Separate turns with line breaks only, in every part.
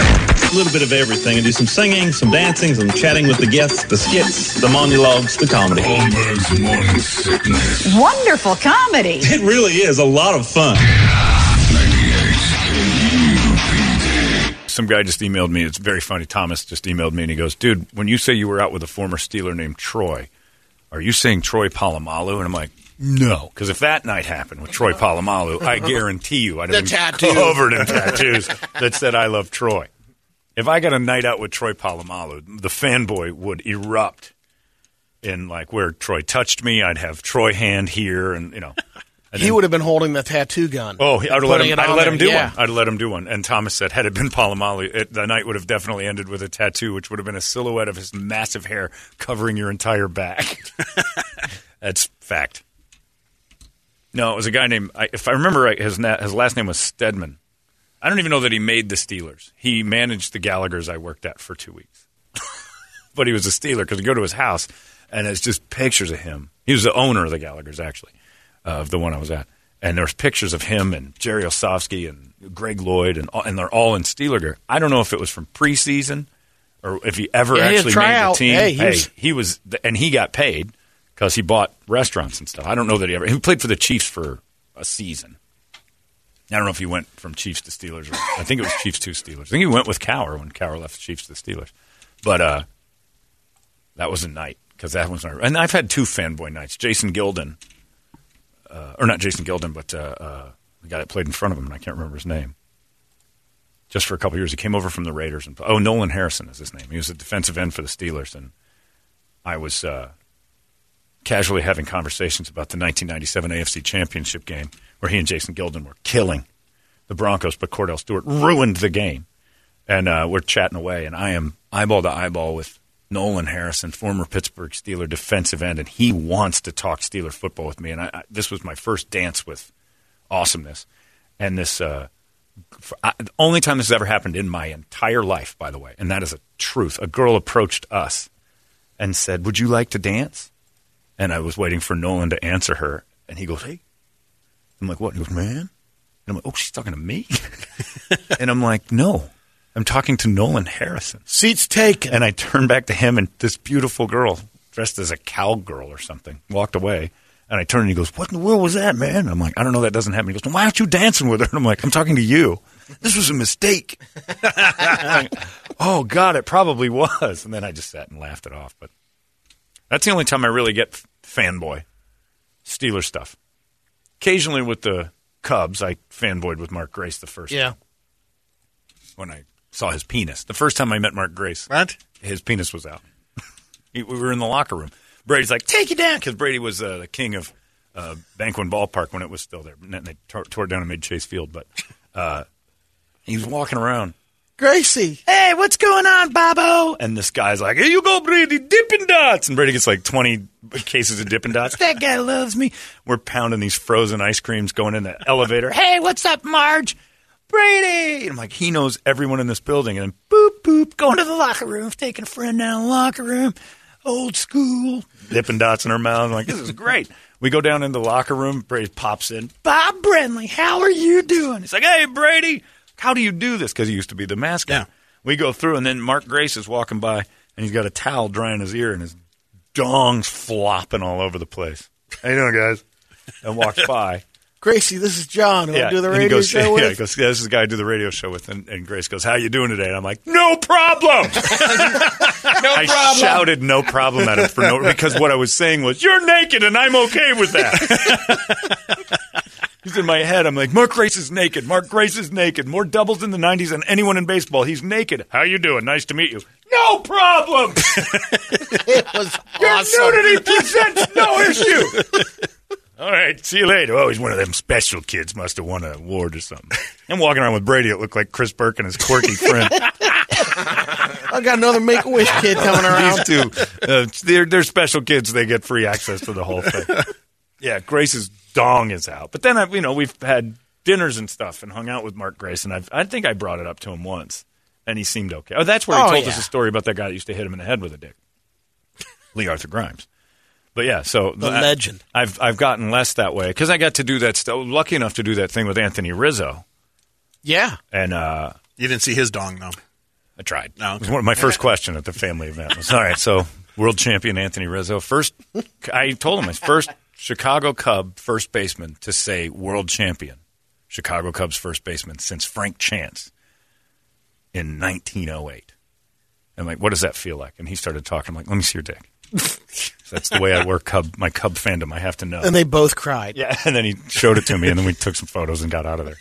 a little bit of everything and do some singing, some dancing, some chatting with the guests, the skits, the monologues, the comedy.
Holmberg's morning sickness.
Wonderful comedy.
It really is a lot of fun.
98
Some guy just emailed me. It's very funny. Thomas just emailed me and he goes, "Dude, when you say you were out with a former Steeler named Troy, are you saying Troy Polamalu?" And I'm like, "No," because if that night happened with Troy Polamalu, I guarantee you I'd have
The
been
tattoo.
covered in tattoos that said "I love Troy." If I got a night out with Troy Polamalu, the fanboy would erupt in like where Troy touched me. I'd have Troy hand here, and you know. And
He
then-
would have been holding the tattoo gun.
Oh, I'd have let
Putting
him.
it
I'd have
on
let
there,
him do
yeah.
one. I'd have let him do one. And Thomas said, had it been Palomali, it, the night would have definitely ended with a tattoo, which would have been a silhouette of his massive hair covering your entire back. That's fact. No, it was a guy named. I, if I remember right, his na- his last name was Stedman. I don't even know that he made the Steelers. He managed the Gallagher's I worked at for two weeks but he was a Steeler because you go to his house and it's just pictures of him. He was the owner of the Gallagher's actually, uh, of the one I was at. And there's pictures of him and Jerry Osofsky and Greg Lloyd and all- and they're all in Steeler gear. I don't know if it was from preseason or if he ever
Yeah, he had
actually
a
made the
tryout.
team.
Hey, he was-
he was and he got paid because he bought restaurants and stuff. I don't know that he ever. He played for the Chiefs for a season. I don't know if he went from Chiefs to Steelers. Or, I think it was Chiefs to Steelers. I think he went with Cower when Cower left the Chiefs to Steelers. But uh, that was a night because that was my. And I've had two fanboy nights. Jason Gilden, uh, or not Jason Gilden, but uh, uh, the guy that played in front of him, and I can't remember his name. Just for a couple years, he came over from the Raiders, and oh, Nolan Harrison is his name. He was a defensive end for the Steelers, and I was uh, casually having conversations about the 1997 AFC Championship game where he and Jason Gilden were killing the Broncos, but Cordell Stewart ruined the game. And uh, we're chatting away, and I am eyeball to eyeball with Nolan Harrison, former Pittsburgh Steeler defensive end, and he wants to talk Steeler football with me. And I, I, this was my first dance with awesomeness. And this, uh, f I the only time this has ever happened in my entire life, by the way, and that is a truth. A girl approached us and said, Would you like to dance? And I was waiting for Nolan to answer her. And he goes, Hey. I'm like, What? He goes, Man. And I'm like, Oh, she's talking to me? and I'm like, No, I'm talking to Nolan Harrison.
Seats taken.
And I turned back to him, and this beautiful girl, dressed as a cowgirl or something, walked away. And I turned and he goes, What in the world was that, man? I'm like, I don't know, that doesn't happen. He goes, "Then Why aren't you dancing with her? And I'm like, I'm talking to you. This was a mistake. oh, God, it probably was. And then I just sat and laughed it off. But that's the only time I really get f- fanboy Steeler stuff. Occasionally with the Cubs, I fanboyed with Mark Grace the first
yeah.
when I saw his penis. The first time I met Mark Grace,
What?
his penis was out. He- we were in the locker room. Brady's like, take it down, because Brady was uh, the king of uh, Banquin Ballpark when it was still there. And then they tore, tore it down and made Chase Field. But uh, he was walking around.
Gracie.
Hey, what's going on, Bobo? And this guy's like, here you go, Brady, Dippin' Dots. And Brady gets like 20 cases of Dippin' Dots. that guy loves me. We're pounding these frozen ice creams going in the elevator. Hey, what's up, Marge? Brady. And I'm like, he knows everyone in this building. And then boop, boop, going to the locker room, taking a friend down to the locker room. Old school. Dippin' Dots in her mouth. I'm like, this is great. We go down in the locker room. Brady pops in. Bob Brenly, how are you doing? He's like, hey, Brady, how do you do this? Because he used to be the mascot.
Yeah.
We go through, and then Mark Grace is walking by, and he's got a towel drying his ear, and his dong's flopping all over the place. How you doing, guys? And walks by.
Gracie, this is John. Who I do the
and he
radio
goes,
show
Yeah,
with.
he goes, "Yeah, this is the guy I do the radio show with. And, and Grace goes, how you doing today? And I'm like, no problem. no I
problem.
shouted no problem at him for no, because what I was saying was, you're naked, and I'm okay with that. He's in my head. I'm like, Mark Grace is naked. Mark Grace is naked. More doubles in the 90s than anyone in baseball. He's naked. How you doing? Nice to meet you. No problem.
It was
Your
awesome.
nudity presents no issue. All right, see you later. Oh, he's one of them special kids. Must have won an award or something. I'm walking around with Brady. It looked like Chris Burke and his quirky friend.
I got another Make a Wish kid coming
These
around.
two, uh, they're, they're special kids. They get free access to the whole thing. Yeah, Grace's dong is out. But then, I, you know, we've had dinners and stuff and hung out with Mark Grace, and I've, I think I brought it up to him once, and he seemed okay. Oh, that's where he
Oh,
told
yeah.
us a story about that guy that used to hit him in the head with a dick, Lee Arthur Grimes. But yeah, so
The legend.
I've I've gotten less that way because I got to do that. St- lucky enough to do that thing with Anthony Rizzo,
Yeah.
and uh,
You didn't see his dong though.
I tried.
Oh, okay.
It was one of my first question at the family event was, all right, so world champion Anthony Rizzo, first, I told him his first Chicago Cub first baseman to say world champion, Chicago Cubs first baseman since Frank Chance in 1908. And like, what does that feel like? And he started talking. I'm like, let me see your dick. That's the way I work Cub, my Cub fandom. I have to know.
And they both cried.
Yeah, and then he showed it to me, and then we took some photos and got out of there.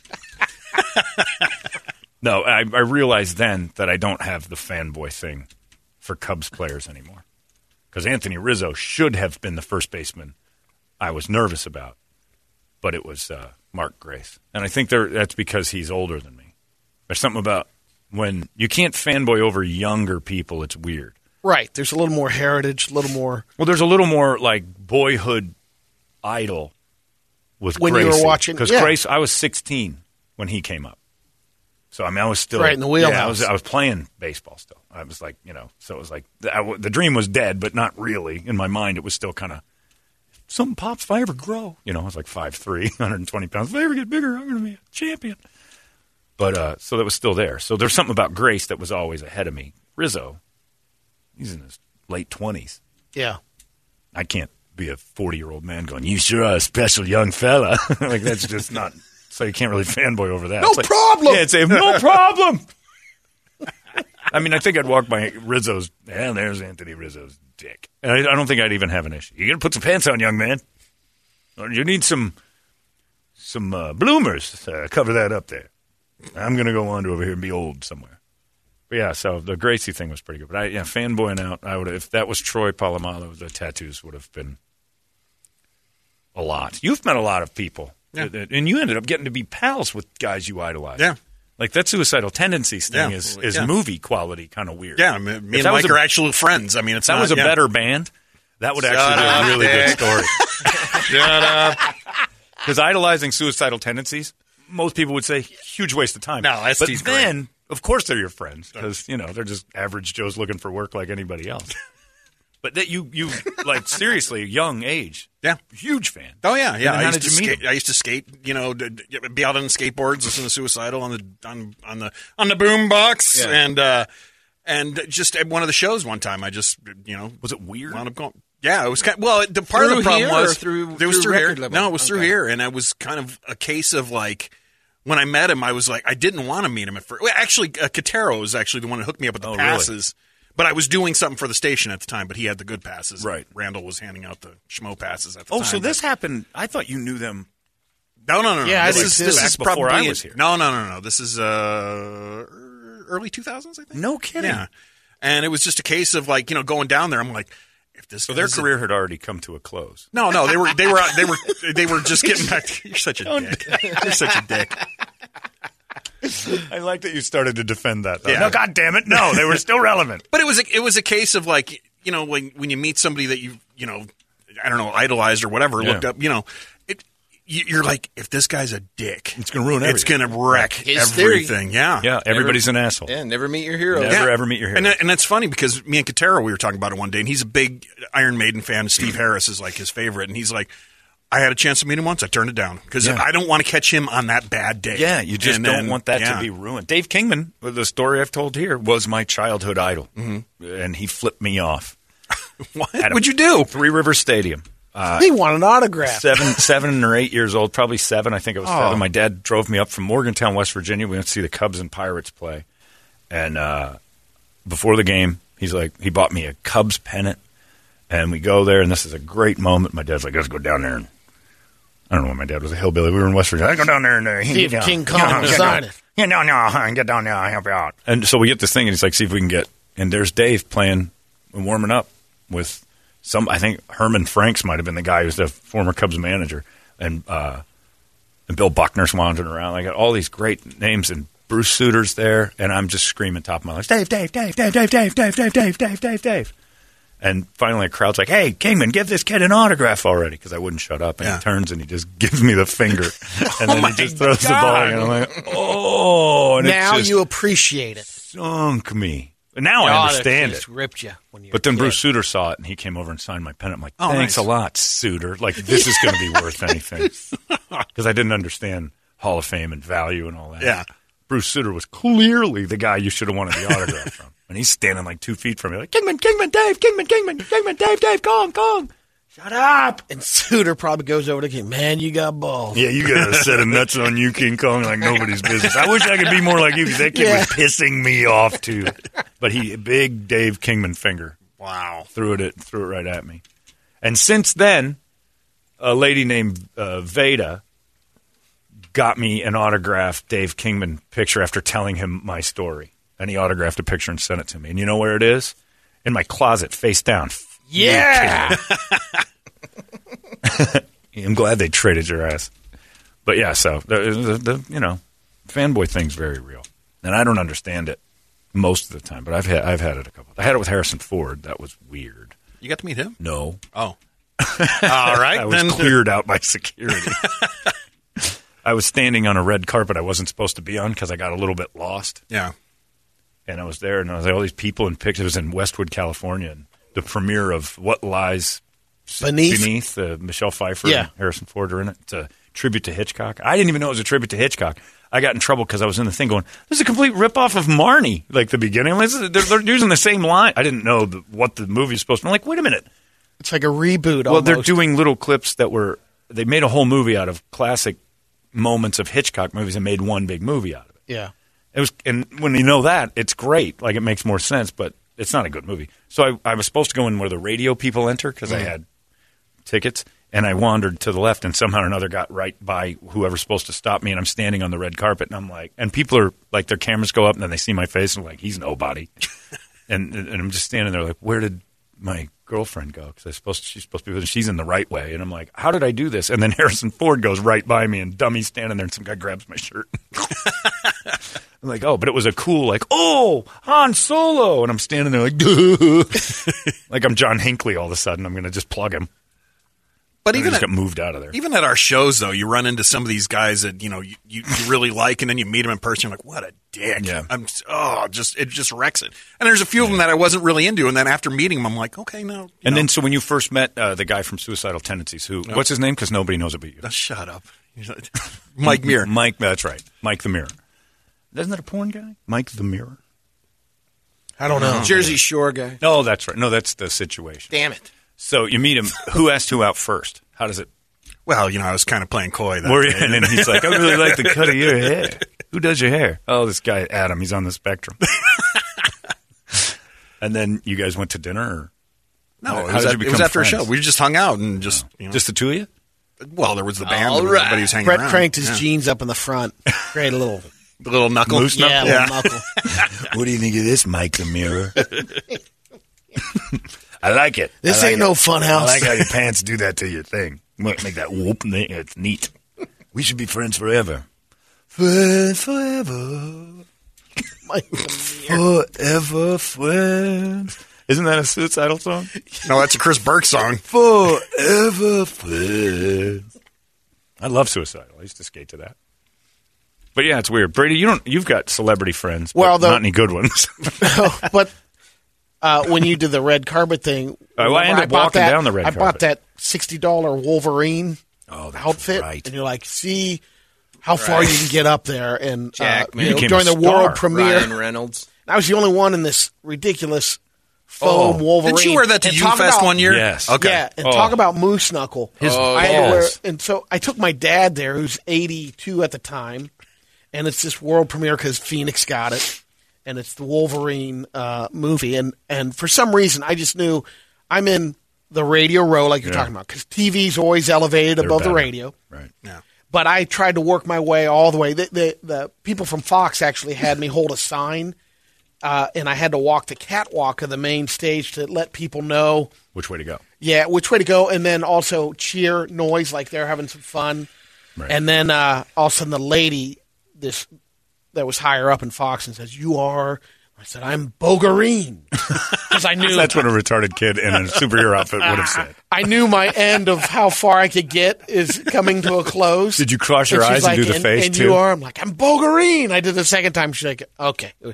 no, I, I realized then that I don't have the fanboy thing for Cubs players anymore. Because Anthony Rizzo should have been the first baseman I was nervous about, but it was uh, Mark Grace. And I think there, that's because he's older than me. There's something about when you can't fanboy over younger people, it's weird.
Right. There's a little more heritage, a little more.
Well, there's a little more like boyhood idol with
When you were watching-
because
yeah.
Grace, I was 16 when he came up, so I mean I was still
Right in the
Yeah, I
wheelhouse.
was I was playing baseball still. I was like you know, so it was like the, I w the dream was dead, but not really. In my mind, it was still kind of something pops if I ever grow. You know, I was like 5'3", 120 pounds. If I ever get bigger, I'm going to be a champion. But uh, so that was still there. So there's something about Grace that was always ahead of me. Rizzo, he's in his late twenties.
Yeah.
I can't be a 40 year old man going, You sure are a special young fella. like, that's just not. So you can't really fanboy over that. No problem. Yeah, it's a, no problem. I mean, I think I'd walk by Rizzo's. Yeah, there's Anthony Rizzo's dick. And I, I don't think I'd even have an issue. You got to put some pants on, young man. Or you need some some uh, bloomers to cover that up there. I'm going to go on to over here and be old somewhere. But yeah, so the Gracie thing was pretty good. But I, yeah, fanboying out, I would if that was Troy Polamalu, the tattoos would have been a lot. You've met a lot of people,
Yeah.
That- and you ended up getting to be pals with guys you idolized.
Yeah.
like that suicidal tendencies thing
Yeah,
is
well,
is
yeah.
movie quality kind of weird.
Yeah, I mean, me
If
and
that was
Mike
a-
are actual friends. I mean, it's
If that
not-
was a
yeah.
better band. That would actually
up,
be a really
Dick.
good story.
Shut up.
Because idolizing suicidal tendencies, most people would say huge waste of time.
No, that's
but
Steve's
then, of course, they're your friends because you know they're just average Joes looking for work like anybody else. but that you you like seriously young age,
Yeah.
huge fan.
Oh yeah, yeah.
And then
I
how
used
did
to
you meet
skate.
him?
I used to skate. You know, d- d- be out on skateboards, listen to Suicidal on the on on the on the boom box,
Yeah.
and uh, and just at one of the shows one time, I just you know
Was it weird?
wound up going. Yeah, it was kind. well, the part of
Through
the problem
here or
was
through-
it was
through
through here.
record label?
No, it was through
Okay.
here, and I was kind of a case of like. When I met him, I was like, I didn't want to meet him at first. Well, actually, uh, Katero was actually the one who hooked me up with the
Oh, really?
passes. But I was doing something for the station at the time. But he had the good passes.
Right.
Randall was handing out the schmo passes at the
Oh,
time.
so
but-
this happened. I thought you knew them.
no, no, no, no.
Yeah, I
this
did
is
too.
this
Back
is
before
probably
I was here.
No, no, no, no. This is uh, early two thousands, I think.
No kidding.
Yeah, and it was just a case of like you know going down there. I'm like, if this
So their
guy's a-
career had already come to a close.
no, no, they were they were they were they were just getting back. You're such a dick. You're such a dick.
I like that you started to defend that. Though.
Yeah.
No, God damn it, no, they were still relevant.
But it was a, it was a case of like you know when when you meet somebody that you you know I don't know idolized or whatever
Yeah.
looked up you know it. you- You're like, if this guy's a dick,
It's gonna ruin
It's
everything.
gonna wreck
His theory.
everything. Yeah,
Yeah, everybody's an asshole.
Yeah, never meet your hero.
Yeah. Never ever meet your hero.
And, that- and that's funny because me and Katero, we were talking about it one day, and he's a big Iron Maiden fan. Steve
Mm.
Harris is like his favorite, and he's like, I had a chance to meet him once. I turned it down because
Yeah.
I don't want to catch him on that bad day.
Yeah, you just
And
don't
then-
want that
yeah.
to be ruined. Dave Kingman, with the story I've told here, was my childhood idol, and he flipped me off.
What
Adam.
would Mm-hmm. you do?
Three River Stadium.
they want an autograph.
Seven, seven or eight years old, probably seven. I think I was seven. My dad drove me up from Morgantown, West Virginia. We went to see the Cubs and Pirates play, and uh, before the game, he's like, he bought me a Cubs pennant, and we go there, and this is a great moment. My dad's like, let's go down there and. I don't know why my dad was a hillbilly. We were in West Virginia. I go down there and uh,
See if
yeah,
King Kong
yeah,
will
yeah,
sign it.
Yeah, no, no, huh, get down there. I'll help you out. And so we get this thing, and he's like, see if we can get. And there's Dave playing and warming up with some. I think Herman Franks might have been the guy who's the former Cubs manager, and uh, and Bill Buckner's wandering around. I got all these great names, and Bruce Suter's there, and I'm just screaming top of my lungs, Dave, Dave, Dave, Dave, Dave, Dave, Dave, Dave, Dave, Dave, Dave, Dave. And finally, a crowd's like, "Hey, Kingman, give this kid an autograph already!" Because I wouldn't shut up. And
Yeah.
he turns and he just gives me the finger, and then he just throws the ball. And I'm like, "Oh!" And
Now
it just
you appreciate it.
sunk me. And Now
Oh,
I understand it.
ripped you when you
But then Bruce Suter saw it and he came over and signed my pen. I'm like,
Oh,
thanks
nice.
a lot, Suter. Like, this is going to be worth anything. Because I didn't understand Hall of Fame and value and all that.
Yeah.
Bruce Sutter was clearly the guy you should have wanted the autograph from. And he's standing like two feet from you, like Kingman, Kingman, Dave, Kingman, Kingman, Kingman, Dave, Dave, Kong, Kong. Shut up.
And Suter probably goes over to him. Man, you got balls.
Yeah, you got a set of nuts on you, King Kong, like nobody's business. I wish I could be more like you because that kid
Yeah.
was pissing me off too. But he big Dave Kingman finger
Wow.
threw it at, threw it right at me, and since then, a lady named uh, Veda got me an autographed Dave Kingman picture after telling him my story, and he autographed a picture and sent it to me. And you know where it is? In my closet, face down.
Yeah.
I'm glad they traded your ass. But yeah, so the, the, the you know fanboy thing's very real, and I don't understand it most of the time. But I've had I've had it a couple. I had it with Harrison Ford. That was weird.
You got to meet him?
No,
Oh. All right.
I was
then.
cleared out by security. I was standing on a red carpet I wasn't supposed to be on because I got a little bit lost,
Yeah.
and I was there, and I was like, all these people and pictures. It was in Westwood, California, and the premiere of What Lies
Beneath.
Beneath, uh, Michelle Pfeiffer
Yeah.
and Harrison Ford are in it. It's a tribute to Hitchcock. I didn't even know it was a tribute to Hitchcock. I got in trouble because I was in the thing going, this is a complete ripoff of Marnie, like the beginning. This is- they're, they're using the same line. I didn't know the, what the movie's supposed to be. I'm like, wait a minute.
It's like a reboot.
Well, they're
almost.
doing little clips that were, they made a whole movie out of classic moments of Hitchcock movies and made one big movie out of it.
Yeah.
It was, and when you know that, it's great. Like it makes more sense, but it's not a good movie. So I, I was supposed to go in where the radio people enter because I had tickets, and I wandered to the left, and somehow or another got right by whoever's supposed to stop me, and I'm standing on the red carpet, and I'm like, and people are like, their cameras go up, and then they see my face, and I'm like, he's nobody, and and I'm just standing there like, where did my girlfriend go? Because I supposed she's supposed to be, with- she's in the right way, and I'm like, how did I do this? And then Harrison Ford goes right by me, and dummy standing there, and some guy grabs my shirt. I'm like, oh, but it was a cool, like, oh, Han Solo. And I'm standing there like, like I'm John Hinckley all of a sudden. I'm going to just plug him.
But
And I
even
just
at,
got moved out of there.
even at our shows, though, you run into some of these guys that you know you, you, you really like, and then you meet them in person. You're like, what a dick!
Yeah.
I'm s- oh, just it just wrecks it. And there's a few of them that I wasn't really into, and then after meeting them, I'm like, okay, no. you
and
know,
then, so when you first met uh, the guy from Suicidal Tendencies, who, what's his name? Because nobody knows it but you.
Uh, shut up, Mike Muir.
Mike, that's right. Mike the Mirror. Isn't that a porn guy? Mike the Mirror?
I don't know. Jersey Shore guy.
No, Oh, that's right. No, that's the situation.
Damn it.
So you meet him. Who asked who out first? How does it
Well, you know, I was kind of playing coy. That
Were you?
day.
And then he's like, I really like the cut of your hair. Who does your hair? Oh, this guy, Adam. He's on the spectrum. and then you guys went to dinner?
No,
How did
it was,
you
at- it was
become
after a
friends?
show. We just hung out and just, you
Or
know,
just the two of you?
well, there was the band.
All
and
right.
Everybody was hanging
Brett
around.
cranked his
yeah.
jeans up in the front. Great little,
The little knuckle.
Moose
yeah,
knuckle?
little knuckle.
What do you think of this, Mike the Mirror? I like it.
This
I like
ain't
it.
no fun
I
house.
like how your pants do that to your thing. Make make that whoop. and they- It's neat. We should be friends forever. Friends forever.
Mike the Mirror.
Forever friends. Isn't that a suicidal song?
No, that's a Chris Burke song.
Forever friends. I love suicidal. I used to skate to that. But yeah, it's weird. Brady, you don't. You've got celebrity friends, but
Well, though-
not any good ones.
but uh, when you did the red carpet thing,
Uh, well, I
remember
ended up
bought
walking
that-
down the red
I bought
carpet.
that sixty dollar Wolverine
Oh, that's
outfit,
right.
and you're like, see how far you can get up there. And uh,
Jack,
you
man.
know,
Became
during
a
the world
star.
premiere,
Ryan Reynolds.
I was the only one in this ridiculous foam
Oh.
Wolverine.
Did you wear that to
And talk
U-Fest
about-
one year?
Yes.
Okay.
Yeah, and
Oh.
talk about moose knuckle.
His
I had to wear,
balls.
and so I took my dad there, who's 82 at the time, and it's this world premiere because Phoenix got it, and it's the Wolverine uh, movie, and and for some reason I just knew I'm in the radio row like you're talking about because TV's always elevated above the
better.
radio
right.
Yeah.
but I tried to work my way all the way. The, the, the people from Fox actually had me hold a sign, uh, and I had to walk the catwalk of the main stage to let people know,
Which way to go?
yeah, which way to go, and then also cheer noise like they're having some fun.
Right.
And then uh, all of a sudden, the lady this that was higher up in Fox and says, "You are." I said, "I'm Bogarine," because I knew
That's what a retarded kid in a superhero outfit would have said.
I knew my end of how far I could get is coming to a close.
Did you cross your
she's
eyes and do the
and,
face,
and
too?
you are. I'm like, I'm Bogarine. I did the second time. She's like, okay, all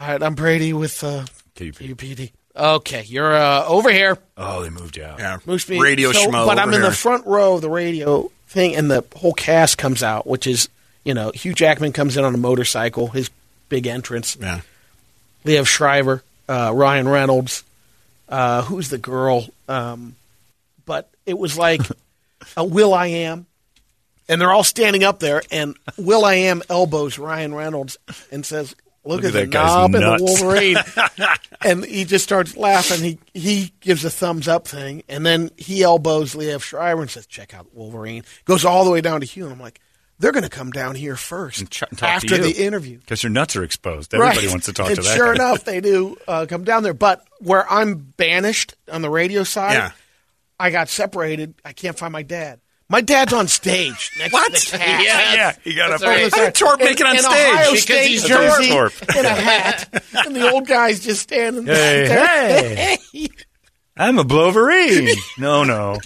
right. I'm Brady with uh,
KUPD.
KUPD. Okay, you're uh, over here.
Oh, they moved you out.
Yeah.
Moose meat.
Radio
So-
schmo.
But I'm
over
in the
here.
front row of the radio thing, and the whole cast comes out, which is You know, Hugh Jackman comes in on a motorcycle, his big entrance.
Yeah.
They have Shriver, uh, Ryan Reynolds, uh, who's the girl? Um, but it was like a Will I Am, and they're all standing up there, and Will I Am elbows Ryan Reynolds and says, "Look,
Look
at,
at
the
that guy's
knob and the
nuts."
Wolverine," and he just starts laughing. He he gives a thumbs up thing, and then he elbows Liev Schreiber and says, "Check out Wolverine." Goes all the way down to Hugh, and I'm like, "They're going to come down here first
And ch- talk to
after
you.
the interview."
Because your nuts are exposed. Everybody
Right.
wants to talk
and
to that.
Sure
guy.
enough, they do uh, come down there. But where I'm banished on the radio side,
Yeah.
I got separated. I can't find my dad. My dad's on stage. Next
What?
To the cat.
Yeah, yeah. You got
That's
to
right.
How did Torp make it on
in, in
stage?
Ohio
Because
State
he's
jersey
Torp.
in a hat, and the old guy's just standing
Hey,
there.
I'm a Bloverine. no, no.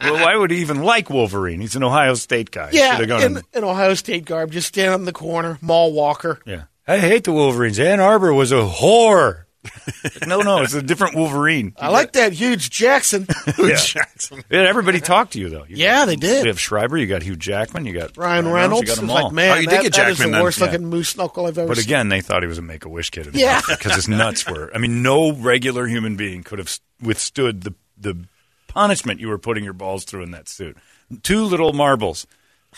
Well, why would he even like Wolverine? He's an Ohio State guy.
yeah,
Should've gone
in,
and-
in Ohio State garb, just standing in the corner, mall walker.
yeah. I hate the Wolverines. Ann Arbor was a whore. no, no, it's a different Wolverine.
I like that huge Jackson.
Hugh Jackson.
Yeah, everybody talked to you though. You
Yeah, they did.
You have Schreiber, you got Hugh Jackman, you got
Ryan Reynolds
You
is
got them all.
like, man,
Oh, you did
that,
get
that is
Jackman
the
then.
worst
Yeah.
looking moose knuckle I've ever
But
seen.
again, they thought he was a Make a Wish kid.
Yeah.
because his nuts were. I mean, no regular human being could have withstood the the punishment you were putting your balls through in that suit. Two little marbles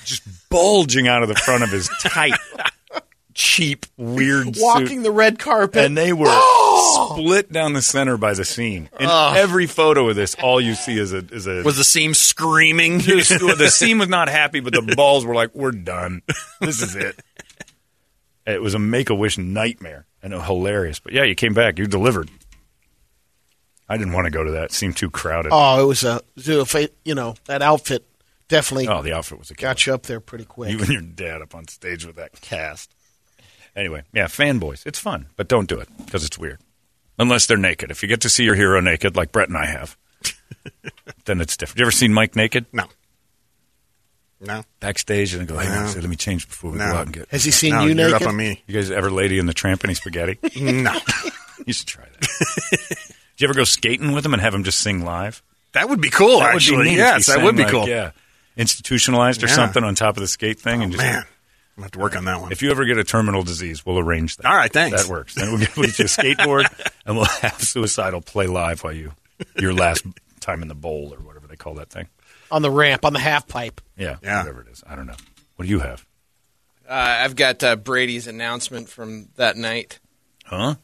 just bulging out of the front of his tight, cheap, weird
Walking
suit.
the red carpet.
and they were split down the center by the seam. In every photo of this, all you see is a is a
Was the seam screaming?
the, the scene was not happy, but the balls were like, "We're done. This is it." It was a make a wish nightmare and a hilarious. But yeah, you came back. You delivered. I didn't want to go to that. It seemed too crowded. Oh,
Oh, it was a zoo. If it- you know that outfit definitely
Oh.
Oh, the outfit was a killer.
got you up there pretty quick.
You and your dad up on stage with that cast. Anyway, yeah, fanboys. It's fun, but don't do it because it's weird. Unless they're naked. If you get to see your hero naked, like Brett and I have, then it's different. You ever seen Mike naked?
no. No.
Backstage, and they go, hey, man, let me change before we
No.
go out and get.
Has he seen
No,
you
you're
naked?
up on me.
You guys ever Lady in the Tramp any spaghetti? you
No.
should try that. Did you ever go skating with him and have him just sing live?
That would be cool,
That would be
actually.
neat if he
yes, that
sang,
would be
like,
cool.
Yeah, institutionalized or
Yeah. Oh,
something on top of the skate thing, and just
Man, I'm gonna have to work on that one.
if you ever get a terminal disease, we'll arrange that.
All right, thanks.
That works. Then we'll get we'll get you a skateboard and we'll have suicidal play live while you your last time in the bowl or whatever they call that thing.
on the ramp, on the half pipe.
Yeah,
Yeah.
whatever it is. I don't know. What do you have?
Uh, I've got uh, Brady's announcement from that night.
Huh?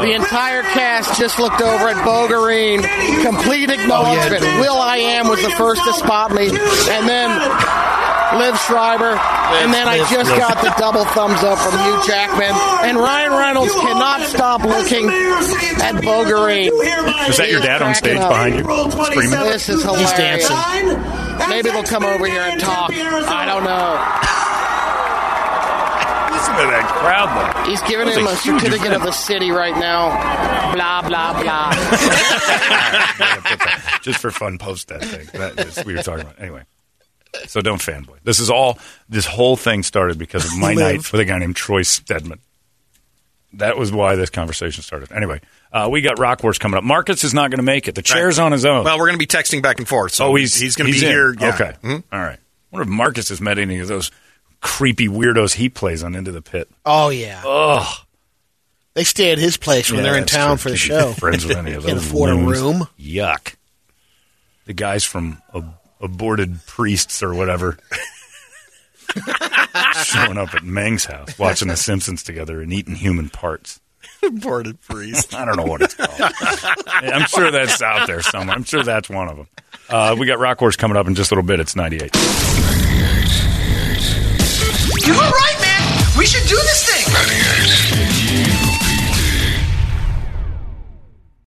The entire cast just looked over at Bogarine,
Oh,
complete acknowledgement. Will I Am was the first to spot me, and then Liv Schreiber, and then I just got the double thumbs up from Hugh Jackman. And Ryan Reynolds cannot stop looking at Bogarine.
Was that your dad on stage behind you? Screaming?
This is hilarious. Maybe they'll come over here and talk. I don't know.
Listen to that crowd. Though.
He's giving
That
him
was a
a
huge
certificate of the city right now. Blah, blah, blah.
just for fun, post that thing. That is, we were talking about anyway. So don't fanboy. This is all. This whole thing started because of my night with a guy named Troy Stedman. That was why this conversation started. Anyway, uh, we got Rock Wars coming up. Marcus is not going to make it. The chair's on his own.
well, we're gonna be texting back and forth. So
oh, he's
he's gonna
he's
be
in.
here. Yeah.
Okay,
Hmm?
All right. I wonder if Marcus has met any of those creepy weirdos he plays on Into the Pit.
Oh yeah. Oh. They stay at his place when
Yeah,
they're in
that's
town
true.
for the
Can't be
show.
Friends with any of
Can't
those
afford a
loons.
room.
Yuck. The guys from ab- aborted priests or whatever showing up at Meng's house, watching The Simpsons together and eating human parts.
Aborted priest.
I don't know what it's called. I'm sure that's out there somewhere. I'm sure that's one of them. Uh, we got Rock Horse coming up in just a little bit. It's 98.
You were right, man. We should do this thing.